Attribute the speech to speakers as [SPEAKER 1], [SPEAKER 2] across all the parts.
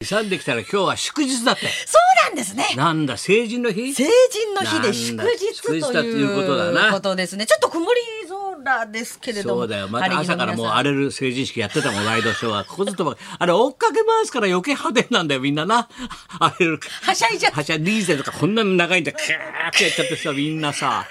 [SPEAKER 1] 勇んできたら今日は祝日だって。
[SPEAKER 2] そうなんですね。
[SPEAKER 1] なんだ、成人の日
[SPEAKER 2] 成人の日で祝日
[SPEAKER 1] なんだ祝日
[SPEAKER 2] と
[SPEAKER 1] だとい
[SPEAKER 2] いうう
[SPEAKER 1] ことだな
[SPEAKER 2] ことですね。ちょっと曇り空ですけれども。
[SPEAKER 1] そうだよ。また朝からもう荒
[SPEAKER 2] れ。
[SPEAKER 1] れる成人式やってたもん、ワイドショーは。ここずっとばっか、あれ追っかけ回すから余計派手なんだよ、みんなな。荒れる。
[SPEAKER 2] はしゃいじゃって
[SPEAKER 1] はしゃいリーゼとかこんなの長いんだよ。キャーってやっちゃってさ、みんなさ。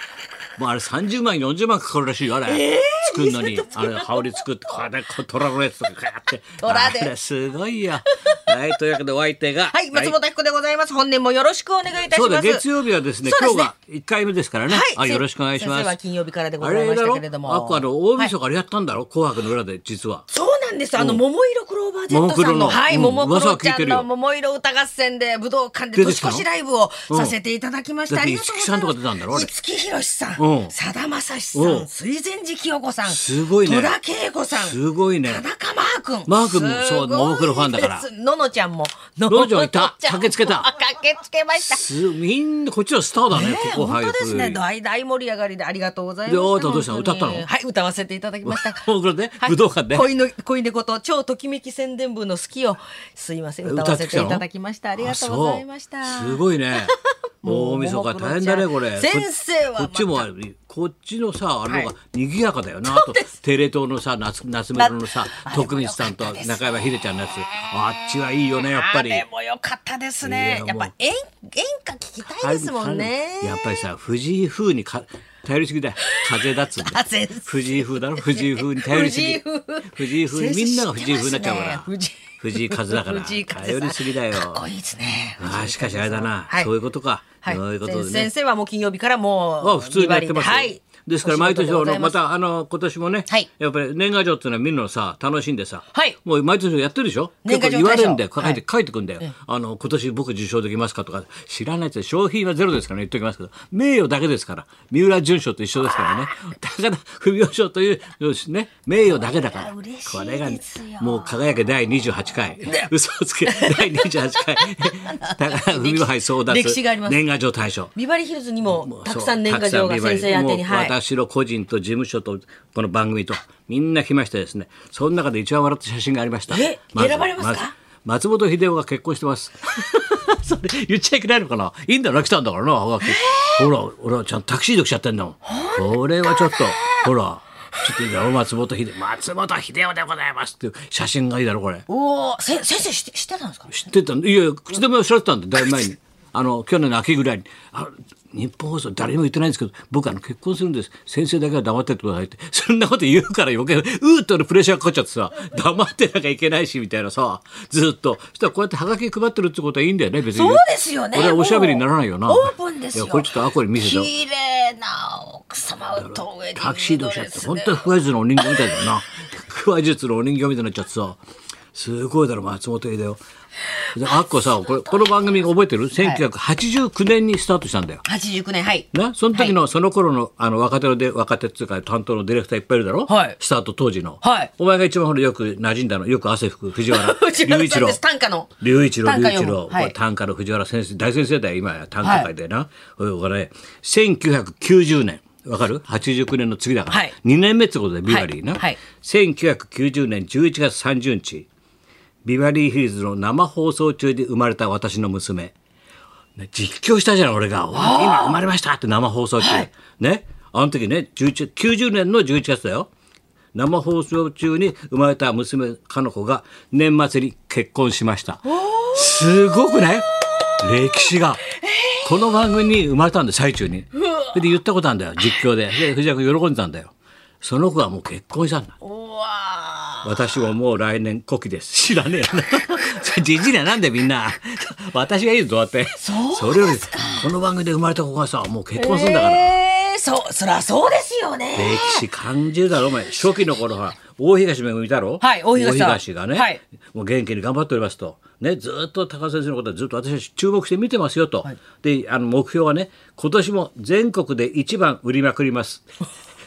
[SPEAKER 1] もうあれ30万、40万かかるらしいよ、あれ。作るのに。あれ、羽織作って、これ、こう虎のやつとか、キャーって。
[SPEAKER 2] 虎で
[SPEAKER 1] あれ、すごいよ。はい、というわけでお相手が。
[SPEAKER 2] はい、松本彦でございます。本年もよろしくお願いいたします。
[SPEAKER 1] そうだ、月曜日はですね、
[SPEAKER 2] そう
[SPEAKER 1] 今
[SPEAKER 2] です
[SPEAKER 1] 日が1回目ですからね。
[SPEAKER 2] はい
[SPEAKER 1] あよろしくお願いします。
[SPEAKER 2] 先生は金曜日からでご
[SPEAKER 1] あ
[SPEAKER 2] ざい
[SPEAKER 1] れだ
[SPEAKER 2] ました
[SPEAKER 1] ろ
[SPEAKER 2] けれども。
[SPEAKER 1] ああの大晦日あれやったんだろ、紅白の裏で実は。
[SPEAKER 2] そうなんです。あの、桃色クローバー Z さんの、
[SPEAKER 1] 桃黒の
[SPEAKER 2] はい、
[SPEAKER 1] うん
[SPEAKER 2] 桃
[SPEAKER 1] 噂は
[SPEAKER 2] 黒
[SPEAKER 1] 聞い
[SPEAKER 2] ちゃ
[SPEAKER 1] て
[SPEAKER 2] ん
[SPEAKER 1] るよ
[SPEAKER 2] の桃色歌合戦で武道館
[SPEAKER 1] 出
[SPEAKER 2] で
[SPEAKER 1] てき
[SPEAKER 2] 年
[SPEAKER 1] たの
[SPEAKER 2] 越しライブを
[SPEAKER 1] うん
[SPEAKER 2] させていただきました。
[SPEAKER 1] だっ
[SPEAKER 2] あ
[SPEAKER 1] て
[SPEAKER 2] りがとうございます
[SPEAKER 1] 五木さんとか出たんだろあれ
[SPEAKER 2] 五木ひろしさ
[SPEAKER 1] うん
[SPEAKER 2] ん、さだまさしさ
[SPEAKER 1] うん
[SPEAKER 2] ん、水前寺清子さん、
[SPEAKER 1] すごいね
[SPEAKER 2] 戸田恵子さん、
[SPEAKER 1] すごいね
[SPEAKER 2] 田中マー君。
[SPEAKER 1] マー君もそう
[SPEAKER 2] すごいです
[SPEAKER 1] 桃黒ファンだから
[SPEAKER 2] ののちゃんも、の
[SPEAKER 1] のちゃんいた
[SPEAKER 2] ちゃんも
[SPEAKER 1] 駆けつけた
[SPEAKER 2] 駆けつけました。
[SPEAKER 1] すみんなこっちはスターだね、
[SPEAKER 2] ねえ
[SPEAKER 1] ここ
[SPEAKER 2] 本
[SPEAKER 1] 入
[SPEAKER 2] 当
[SPEAKER 1] る
[SPEAKER 2] です ね大大盛り上がりでありがとうございました
[SPEAKER 1] であなたどうしたの
[SPEAKER 2] 本当に
[SPEAKER 1] 歌ったの
[SPEAKER 2] はい歌わせていただき ました
[SPEAKER 1] もうこれで武道館で
[SPEAKER 2] 恋の恋猫と超ときめき宣伝部の好きをすいません歌わせていただきましたありがとうございました
[SPEAKER 1] あそうすごい ね。もう大晦日大変だねこれ。
[SPEAKER 2] 先生は
[SPEAKER 1] こっちもあるこっちのさあれのが賑やかだよな。あとテレ東のさ夏夏メロのさ
[SPEAKER 2] な
[SPEAKER 1] 徳光さんと中山秀ちゃんのやつ。あっちはいいよねやっぱり。
[SPEAKER 2] あーでもよかったです
[SPEAKER 1] い
[SPEAKER 2] ね
[SPEAKER 1] や
[SPEAKER 2] やっ
[SPEAKER 1] も
[SPEAKER 2] ぱ演演歌聞きたいですもんね
[SPEAKER 1] やっぱりさ藤井風にか頼りすぎだよ風邪だっつうん だよ
[SPEAKER 2] 風邪
[SPEAKER 1] 藤井風だろ藤井風に頼りすぎ
[SPEAKER 2] 藤
[SPEAKER 1] 藤
[SPEAKER 2] 井風
[SPEAKER 1] 井風
[SPEAKER 2] 先生
[SPEAKER 1] みんなが藤井風になっちゃうから
[SPEAKER 2] 知ってますね
[SPEAKER 1] 藤井風だから
[SPEAKER 2] 藤井風さん
[SPEAKER 1] 頼りすぎだよ
[SPEAKER 2] かっこいいですね
[SPEAKER 1] ああしかしあれだな、
[SPEAKER 2] はい
[SPEAKER 1] そういうことか、
[SPEAKER 2] はい
[SPEAKER 1] そういうことで
[SPEAKER 2] 先
[SPEAKER 1] ね
[SPEAKER 2] 生はもう金曜日からもう
[SPEAKER 1] あ普通にやってますよ、
[SPEAKER 2] 二割ではい
[SPEAKER 1] ですから毎年あ
[SPEAKER 2] お仕事
[SPEAKER 1] の
[SPEAKER 2] でございま
[SPEAKER 1] ますたあの今年もね、
[SPEAKER 2] はい
[SPEAKER 1] やっぱり年賀状っていうのはみんなさ楽しんでさ、
[SPEAKER 2] はい
[SPEAKER 1] もう毎年やってるでしょ
[SPEAKER 2] 年賀状
[SPEAKER 1] 結構言われるんだよ書
[SPEAKER 2] 大
[SPEAKER 1] い
[SPEAKER 2] 賞
[SPEAKER 1] て、書いてくんだよ、あの今年僕受賞できますかとか知らないやつ商品はゼロですから、ね、言っておきますけど名誉だけですから三浦淳賞と一緒ですからね 高田文雄賞というね名誉だけだから
[SPEAKER 2] これは嬉しいですよ
[SPEAKER 1] これがもう輝け第28回嘘をつけ第28回 高田文雄杯争奪
[SPEAKER 2] 歴史があります
[SPEAKER 1] 年賀状大賞
[SPEAKER 2] ビバリーヒルズにもたくさん年賀
[SPEAKER 1] そ
[SPEAKER 2] 状
[SPEAKER 1] う
[SPEAKER 2] が
[SPEAKER 1] たくさん
[SPEAKER 2] 先生宛てに
[SPEAKER 1] もう
[SPEAKER 2] はい
[SPEAKER 1] 私の個人と事務所とこの番組とみんな来ましてですねその中で一番笑った写真がありました
[SPEAKER 2] え
[SPEAKER 1] ず
[SPEAKER 2] 選ばれますか
[SPEAKER 1] ず松本秀夫が結婚してます それ言っちゃいけないのかないいんだろ来たんだからなほらほら俺はちゃんとタクシーで来ちゃってんだもんこれはちょっとほらちょっといいだろ松本秀夫松本秀夫でございますっていう写真がいいだろこれ
[SPEAKER 2] おお、せ先生知って知ってたんですか。
[SPEAKER 1] 知ってたんいやいや口止めをしゃってたんでだいぶ前 にあの去年の秋ぐらいにあ日本放送誰にも言ってないんですけど僕あの結婚するんです先生だけは黙っててくださいってそんなこと言うから余計うーっとのプレッシャーがかかっちゃってさ黙ってなきゃいけないしみたいなさずっとそしたらこうやってハガキ配ってるってことはいいんだよね別に
[SPEAKER 2] そうですよね。
[SPEAKER 1] 俺はおしゃべりにならないよな
[SPEAKER 2] もうオープンですよ。
[SPEAKER 1] いやこれちょっとアコに見せてよ
[SPEAKER 2] 綺麗な奥様とウェディングドレスで
[SPEAKER 1] タクシード車って本当に腹話術のお人形みたいだよな腹話術のお人形みたいになっちゃってさすごいだろ松本秀夫であっこさこれこの番組覚えてる、1989年にスタートしたんだよ
[SPEAKER 2] 八十九年はい。
[SPEAKER 1] ね、その時の、その頃のあの若手ので若手っていうか担当のディレクターいっぱいいるだろ、
[SPEAKER 2] はい
[SPEAKER 1] スタート当時の、
[SPEAKER 2] はい
[SPEAKER 1] お前が一番ほらよく馴染んだのよく汗拭く藤原
[SPEAKER 2] 藤原さんです短歌の
[SPEAKER 1] 龍一郎
[SPEAKER 2] 短歌
[SPEAKER 1] 龍一
[SPEAKER 2] 読む
[SPEAKER 1] 郎、
[SPEAKER 2] はい
[SPEAKER 1] これ短歌の藤原先生大先生だよ今や短歌界でな、これこれ1990年わかる89年の次だから、
[SPEAKER 2] はい
[SPEAKER 1] 2年目ってことでビバリーな、
[SPEAKER 2] はいはい
[SPEAKER 1] 1990年11月30日ビバリーヒルズの生放送中で生まれた私の娘ね実況したじゃん俺が「わあ今生まれました」って生放送中、ねあの時ね11 90年の11月だよ生放送中に生まれた娘かの子が年末に結婚しましたすごくね歴史が、この番組に生まれたんだよ最中にそれで言ったことあるんだよ実況でで藤原君喜んでたんだよその子はもう結婚したんだ
[SPEAKER 2] うわ
[SPEAKER 1] 私ももう来年古希です。知らねえ よな。それじじいだなんでみんな。私がいいぞ、だって。そうですか。それより、この番組で生まれた子がさ、もう結婚するんだから。
[SPEAKER 2] ええー、そうそりゃそうですよね。
[SPEAKER 1] 歴史感じるだろ、お前。初期の頃は、大東めぐみだろ
[SPEAKER 2] はい大東さん
[SPEAKER 1] がね、
[SPEAKER 2] はい
[SPEAKER 1] もう元気に頑張っておりますと。ね、ずっと高田先生のことはずっと私は注目して見てますよと。で、あの、目標はね、今年も全国で一番売りまくり ます。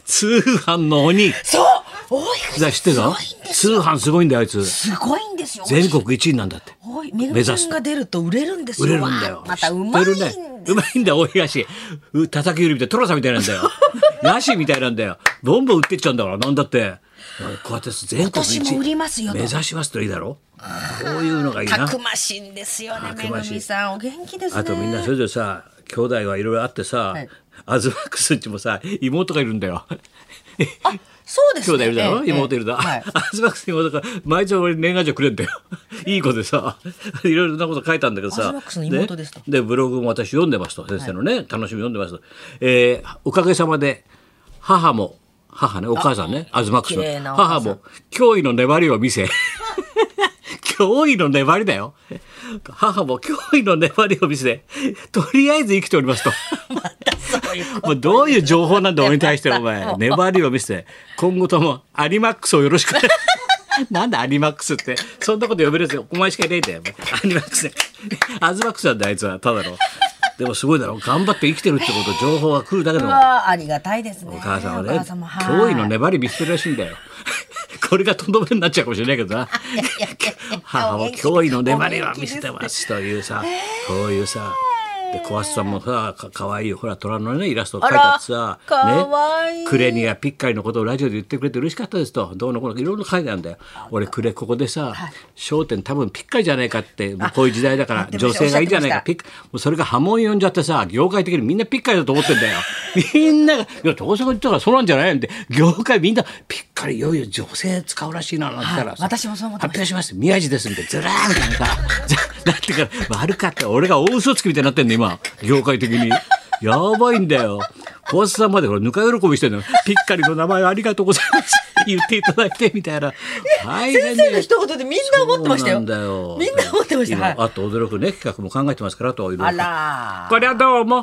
[SPEAKER 1] 通販の鬼。
[SPEAKER 2] そう大東さん
[SPEAKER 1] 知ってるの
[SPEAKER 2] すごいんです
[SPEAKER 1] 通販すごいんだよ、あいつ。
[SPEAKER 2] すごいんですよ。
[SPEAKER 1] 全国一位なんだって。
[SPEAKER 2] おいめぐ
[SPEAKER 1] 目
[SPEAKER 2] みち
[SPEAKER 1] 指
[SPEAKER 2] ゃ
[SPEAKER 1] す
[SPEAKER 2] ん
[SPEAKER 1] と
[SPEAKER 2] が出ると売れるんですよ。
[SPEAKER 1] 売れるんだよ
[SPEAKER 2] わ。あまたうまいん
[SPEAKER 1] 知
[SPEAKER 2] で
[SPEAKER 1] っ
[SPEAKER 2] す
[SPEAKER 1] てるね。うまいんだ、大東。 う叩き売りみたいな、トラさんみたいなんだよ。ヤシみたいなんだよ。どんどん売ってっちゃうんだから、なんだって。こうやって全国一
[SPEAKER 2] 私も売りますよと
[SPEAKER 1] 目指しますといいだろこういうのがいい
[SPEAKER 2] た
[SPEAKER 1] な
[SPEAKER 2] くましいんですよね
[SPEAKER 1] た
[SPEAKER 2] め
[SPEAKER 1] く
[SPEAKER 2] ぐ
[SPEAKER 1] ましい
[SPEAKER 2] みさんお元気ですね
[SPEAKER 1] あとみんなそれぞれさ兄弟はいろいろあってさ、
[SPEAKER 2] はい
[SPEAKER 1] アズマックスんちもさ妹がいるんだよ。
[SPEAKER 2] そうです
[SPEAKER 1] 兄
[SPEAKER 2] ね
[SPEAKER 1] 弟いるだろ、
[SPEAKER 2] ええ
[SPEAKER 1] 妹いるだ、
[SPEAKER 2] はい
[SPEAKER 1] アズマックスに妹が毎日俺年賀状くれんだよいい子でさ いろいろなこと書いたんだけどさ
[SPEAKER 2] アズマックスの妹ですと
[SPEAKER 1] でブログも私読んでますと先生のね、楽しみ読んでますと、えーおかげさまで母も母ねお母さんねアズマックス
[SPEAKER 2] 綺麗な
[SPEAKER 1] の
[SPEAKER 2] お母
[SPEAKER 1] 母
[SPEAKER 2] さん
[SPEAKER 1] も驚異の粘りを見 せ驚異の粘りだよ母も驚異の粘りを見せとりあえず生きておりますと。
[SPEAKER 2] そういう
[SPEAKER 1] もうどういう情報なんだ俺に対してお 前粘りを見せて今後ともアリマックスをよろしくなんでアリマックスってそんなこと呼べるやつお前しかいないんだよアリマックスアズマックスなんだあいつはただのでもすごいだろ頑張って生きてるってこと情報が来るだけ
[SPEAKER 2] う
[SPEAKER 1] の
[SPEAKER 2] わありがたいですね
[SPEAKER 1] お母さんはね
[SPEAKER 2] お母様は
[SPEAKER 1] 脅
[SPEAKER 2] い
[SPEAKER 1] 威の粘り見せてるらしいんだよこれがとどめになっちゃうかもしれないけどない
[SPEAKER 2] やいやいやいや
[SPEAKER 1] 母を脅威の粘りは見せてますというさ、こういうさで小橋さんもさかかわいいほら虎のねイラストを描いたってさ
[SPEAKER 2] あらかわいい
[SPEAKER 1] ね、クレにやピッカリのことをラジオで言ってくれて嬉しかったですとどうのこうのいろいろ書いてあるんだよ俺クレここでさ『笑点』多分ピッカリじゃないかってもうこういう時代だから
[SPEAKER 2] 言ってま
[SPEAKER 1] 女
[SPEAKER 2] した
[SPEAKER 1] 性がいいじゃない
[SPEAKER 2] お
[SPEAKER 1] か
[SPEAKER 2] っしゃって
[SPEAKER 1] ピッカもうそれが波紋呼んじゃってさ業界的にみんなピッカリだと思ってんだ よみんなが「いや大阪行ったからそうなんじゃない?」って業界みんなピッカリいよいよ女性使うらしいななんて言ったらさ、
[SPEAKER 2] はい私もそう思ってまし
[SPEAKER 1] 発
[SPEAKER 2] た
[SPEAKER 1] 表します宮地ですみたいなずらーんみたいなさず なってから悪かった俺が大嘘つきみたいになってんの今業界的にやばいんだよ小松さんまでほらぬか喜びしてんのピッカリの名前ありがとうございます言っていただいてみたいな大
[SPEAKER 2] 先
[SPEAKER 1] 変だよ
[SPEAKER 2] 生の一言でみんな思ってましたよ
[SPEAKER 1] そうなんだよ
[SPEAKER 2] みんな思ってました、
[SPEAKER 1] 今
[SPEAKER 2] はい、
[SPEAKER 1] あと驚くね企画も考えてますからといろい
[SPEAKER 2] あ
[SPEAKER 1] ろ
[SPEAKER 2] ら
[SPEAKER 1] こりゃどう も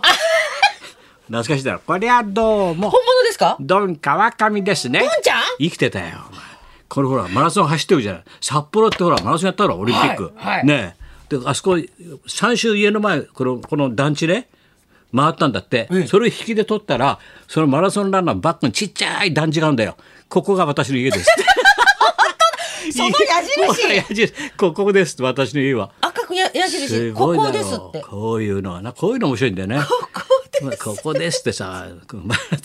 [SPEAKER 1] 懐かしいだろこりゃどうも
[SPEAKER 2] 本物ですか
[SPEAKER 1] ドン川上ですね。ド
[SPEAKER 2] ンちゃん
[SPEAKER 1] 生きてたよ。お前これほら、マラソン走ってるじゃない。札幌ってほら、マラソンやったろ、オリンピック。
[SPEAKER 2] はいはい
[SPEAKER 1] ねえ。で、あそこ、三週家の前、この、この団地ね、回ったんだって。それを引きで取ったら、そのマラソンランナーのバックにちっちゃい団地があるんだよ。ここが私の家です。
[SPEAKER 2] その矢
[SPEAKER 1] この
[SPEAKER 2] 印
[SPEAKER 1] 矢印。ここです、私の家は。
[SPEAKER 2] 赤くや矢
[SPEAKER 1] す
[SPEAKER 2] 印
[SPEAKER 1] ご
[SPEAKER 2] こ
[SPEAKER 1] いだろ
[SPEAKER 2] こですって
[SPEAKER 1] こういうのはなこういうの面白いんだよねここです、まあここですってさ マラソン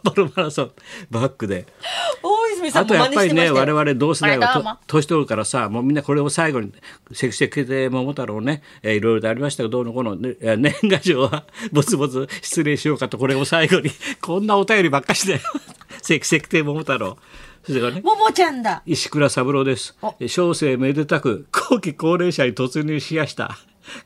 [SPEAKER 1] 札幌マラソンバックで
[SPEAKER 2] 大泉さ
[SPEAKER 1] あ
[SPEAKER 2] んも
[SPEAKER 1] とや
[SPEAKER 2] 真
[SPEAKER 1] っ
[SPEAKER 2] 似
[SPEAKER 1] ぱ
[SPEAKER 2] して
[SPEAKER 1] り
[SPEAKER 2] ました
[SPEAKER 1] ね
[SPEAKER 2] よ
[SPEAKER 1] 我々同世代
[SPEAKER 2] あらどう
[SPEAKER 1] は
[SPEAKER 2] も
[SPEAKER 1] と年取るからさもうみんなこれを最後に「セクシクで桃太郎ね」えーいろいろとありましたけどどうのこうの、ね、えー年賀状は ぼつぼつ失礼しようかとこれを最後にこんなお便りばっかしだよ 「セクシクで桃太郎」それからね
[SPEAKER 2] ももちゃんだ
[SPEAKER 1] 石倉三郎です
[SPEAKER 2] お。
[SPEAKER 1] 小生めでたく後期高齢者に突入しやした。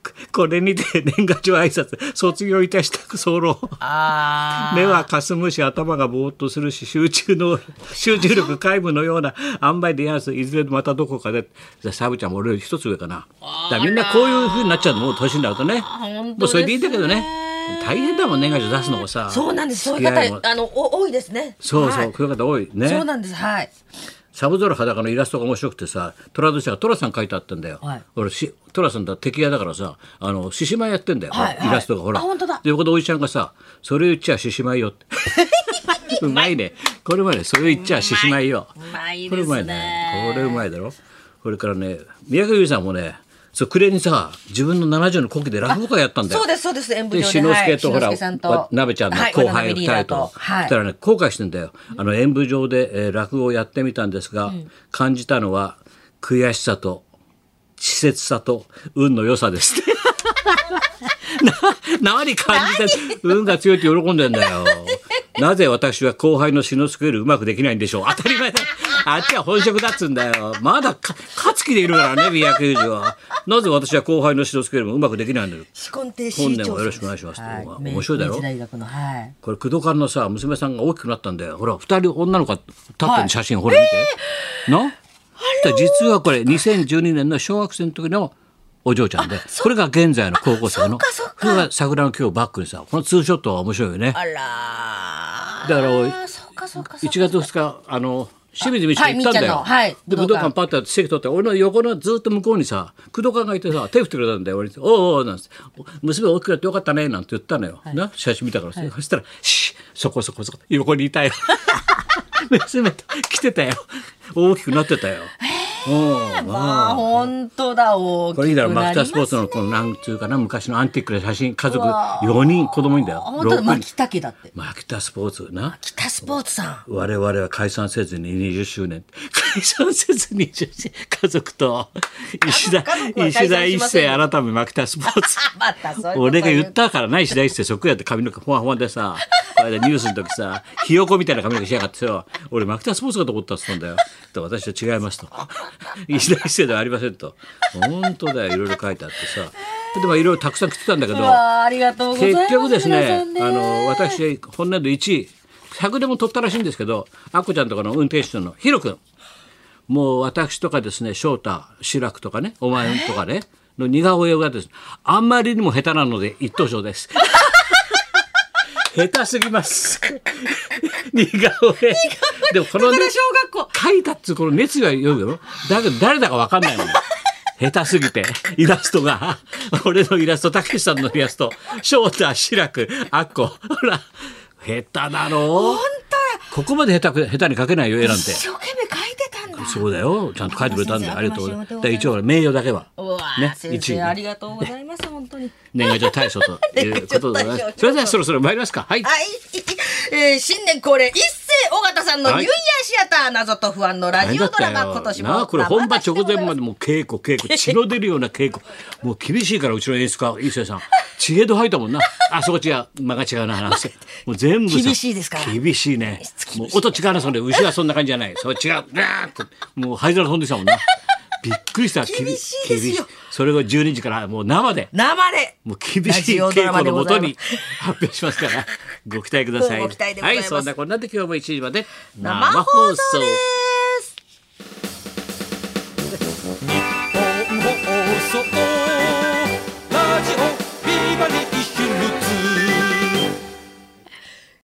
[SPEAKER 1] ここれにて年賀状挨拶卒業いたしたく候。
[SPEAKER 2] あ
[SPEAKER 1] 目はかすむし頭がぼーっとするし集中 の集中力皆無のような塩梅でやらすいずれまたどこかでじゃあサブちゃんも俺より一つ上かなだからみんなこういうふうになっちゃうのもう年になるとね
[SPEAKER 2] 本
[SPEAKER 1] も
[SPEAKER 2] 当ですね
[SPEAKER 1] うそれでいいんだけどね大変だもん年賀状出すのもさ
[SPEAKER 2] そうなんですそういう
[SPEAKER 1] 付き合も
[SPEAKER 2] 方あのお多いですね
[SPEAKER 1] そう
[SPEAKER 2] は
[SPEAKER 1] そう
[SPEAKER 2] い
[SPEAKER 1] こういう方多いね
[SPEAKER 2] そうなんですはい
[SPEAKER 1] サブゾロ裸のイラストが面白くてさ虎年が寅さん書いてあったんだよ、
[SPEAKER 2] はい
[SPEAKER 1] 俺し寅さんだ敵屋だからさあの獅子舞やってんだよ、
[SPEAKER 2] はいはい
[SPEAKER 1] イラストがほら
[SPEAKER 2] あ本当だ
[SPEAKER 1] で横でおじちゃんがさ「それ言っちゃ獅子舞 よ」ってうまいねこれまでそれ言っちゃ獅子舞よ
[SPEAKER 2] うまい
[SPEAKER 1] これうまいねこれうまいだろこれからね宮城優さんもねそう暮れにさ自分の70の古希で落語会やったんだよ
[SPEAKER 2] そうですそうです演舞
[SPEAKER 1] で、
[SPEAKER 2] 場
[SPEAKER 1] 志
[SPEAKER 2] で
[SPEAKER 1] の
[SPEAKER 2] はい
[SPEAKER 1] 輔とほら、
[SPEAKER 2] 志の輔さんと
[SPEAKER 1] なべちゃんの
[SPEAKER 2] はい
[SPEAKER 1] 後輩
[SPEAKER 2] 渡辺
[SPEAKER 1] を
[SPEAKER 2] リ
[SPEAKER 1] 二
[SPEAKER 2] ー
[SPEAKER 1] 人
[SPEAKER 2] ダー
[SPEAKER 1] と。
[SPEAKER 2] は
[SPEAKER 1] そ
[SPEAKER 2] い
[SPEAKER 1] したらね、後悔してんだよ。あの演舞場で、えー落語をやってみたんですが、感じたのは悔しさと。稚拙さと運の良さ です。な、 何感じて、運が強いって喜んでんだよ。なぜ私は後輩の志の輔よりうまくできないんでしょう。当たり 前だ。あっちは本職だっつうんだよ。まだか、勝つ気でいるからね、宮城球児は。なぜ私は後輩の志の輔よりもうまくできないんだよ。
[SPEAKER 2] 紫根亭
[SPEAKER 1] 本
[SPEAKER 2] 市
[SPEAKER 1] 年
[SPEAKER 2] 長
[SPEAKER 1] もよろしくお願いしますと面白いだろ
[SPEAKER 2] 明治大学のはい
[SPEAKER 1] これ工藤館のさ娘さんが大きくなったんだよほら二人女の子が立ってる写真、ほら見て、なそしたら実はこれ2012年の小学生の時のお嬢ちゃんでこれが現在の高校生
[SPEAKER 2] そっ
[SPEAKER 1] の
[SPEAKER 2] かそっか
[SPEAKER 1] これが桜の木をバックにさこのツーショットは面白いよね
[SPEAKER 2] あらー
[SPEAKER 1] だからおい
[SPEAKER 2] そうかそうかそう
[SPEAKER 1] 1
[SPEAKER 2] か
[SPEAKER 1] 月2日あの清水美智子行ったんだよ、
[SPEAKER 2] はいみ
[SPEAKER 1] で武
[SPEAKER 2] っちゃんのはい武道
[SPEAKER 1] 道
[SPEAKER 2] 館
[SPEAKER 1] 館パッてやって席取って俺の横のずっと向こうにさ工藤館がいてさ手振ってくれたんだよ俺に「おうおう」なんつって「娘大きくなってよかったね」なんて言ったのよ、な写真見たからさ、そしたら「シッそこそこそこ 横にいたよ」娘と来てたよ大きくなってたよ、うん
[SPEAKER 2] まあ本当だ大きく
[SPEAKER 1] こ
[SPEAKER 2] な
[SPEAKER 1] れい
[SPEAKER 2] り
[SPEAKER 1] いだろ
[SPEAKER 2] ま
[SPEAKER 1] マ
[SPEAKER 2] す
[SPEAKER 1] キ
[SPEAKER 2] ね
[SPEAKER 1] タスポーツのこのなんつうかな昔のアンティックな写真家族
[SPEAKER 2] うわ
[SPEAKER 1] 4人子供いんだよ
[SPEAKER 2] あ本当だ
[SPEAKER 1] 六人
[SPEAKER 2] 牧田家だって
[SPEAKER 1] マキタスポーツな
[SPEAKER 2] 北スポーツさん
[SPEAKER 1] 我々は解散せずに20周年解散せずに20周年家族と石田
[SPEAKER 2] 家族は解散
[SPEAKER 1] 石田
[SPEAKER 2] し
[SPEAKER 1] 一
[SPEAKER 2] ません
[SPEAKER 1] 世
[SPEAKER 2] よ
[SPEAKER 1] 改めマキタスポー ツ
[SPEAKER 2] またそういうこと
[SPEAKER 1] 俺が言
[SPEAKER 2] う
[SPEAKER 1] ったからない石田一世そっくりだって髪の毛ほわほわでさこの間ニュースの時さひよこみたいな髪の毛しやがってよ俺マキタスポーツかと思ったっつったんだよと私と違いますと石田一世ではありませんと本当だよいろいろ書いてあってさでもいろいろたくさん食ってたんだけど
[SPEAKER 2] うわあありがとうございます
[SPEAKER 1] 結局です
[SPEAKER 2] 皆
[SPEAKER 1] ね
[SPEAKER 2] さんね
[SPEAKER 1] あの私本年度1位100でも取ったらしいんですけどあっこちゃんとかの運転手のヒロ君もう私とかですね翔太志らくとかねお前とかねの似顔絵がですねあんまりにも下手なので一等賞です 下手すぎます 似顔絵でもこの
[SPEAKER 2] だ
[SPEAKER 1] ね
[SPEAKER 2] から小学校
[SPEAKER 1] 書いたっつうこの熱意は読むよだけど誰だか分かんないのよ下手すぎてイラストが俺のイラストたけしさんのイラスト翔太志らくあっこほら下手だろ
[SPEAKER 2] 本当だ
[SPEAKER 1] ここまで下手く下手に書けないよ絵なんて
[SPEAKER 2] 一生懸命書いてたんだ
[SPEAKER 1] そうだよちゃんと書いてくれたんだよありがとうございます
[SPEAKER 2] あ
[SPEAKER 1] だ
[SPEAKER 2] り
[SPEAKER 1] か
[SPEAKER 2] がとうございます
[SPEAKER 1] ら一応名誉だけは
[SPEAKER 2] うわー
[SPEAKER 1] ね
[SPEAKER 2] 先
[SPEAKER 1] 一位
[SPEAKER 2] 生
[SPEAKER 1] ね
[SPEAKER 2] ありがとうございます本当に
[SPEAKER 1] 年賀状大賞ということでござ いますそれではそろそろ参りますかはい
[SPEAKER 2] はい、えー新年恒例一世尾形さんのニューイヤーシアター、謎と不安のラジオドラマ今年も
[SPEAKER 1] なあこれ本番直前
[SPEAKER 2] で
[SPEAKER 1] までもう稽古稽 古血の出るような稽古もう厳しいからうちの演出家伊勢さん血ヘド吐いたもん なあそこ違う間が違うな話もう全部さ
[SPEAKER 2] 厳しいですから
[SPEAKER 1] 厳しいねもう音違うなそれ牛はそんな感じじゃないそう違うなもう灰皿飛んできたもんなびっくりした
[SPEAKER 2] 厳しいですよ
[SPEAKER 1] 厳しいそれが12時からもう生で
[SPEAKER 2] 生で
[SPEAKER 1] もう厳しい稽古のもとに発表しますからご期待ください
[SPEAKER 2] 乞うご期待でござ
[SPEAKER 1] はい
[SPEAKER 2] ます
[SPEAKER 1] いそんなこんなで今日も1時まで
[SPEAKER 2] 生放送です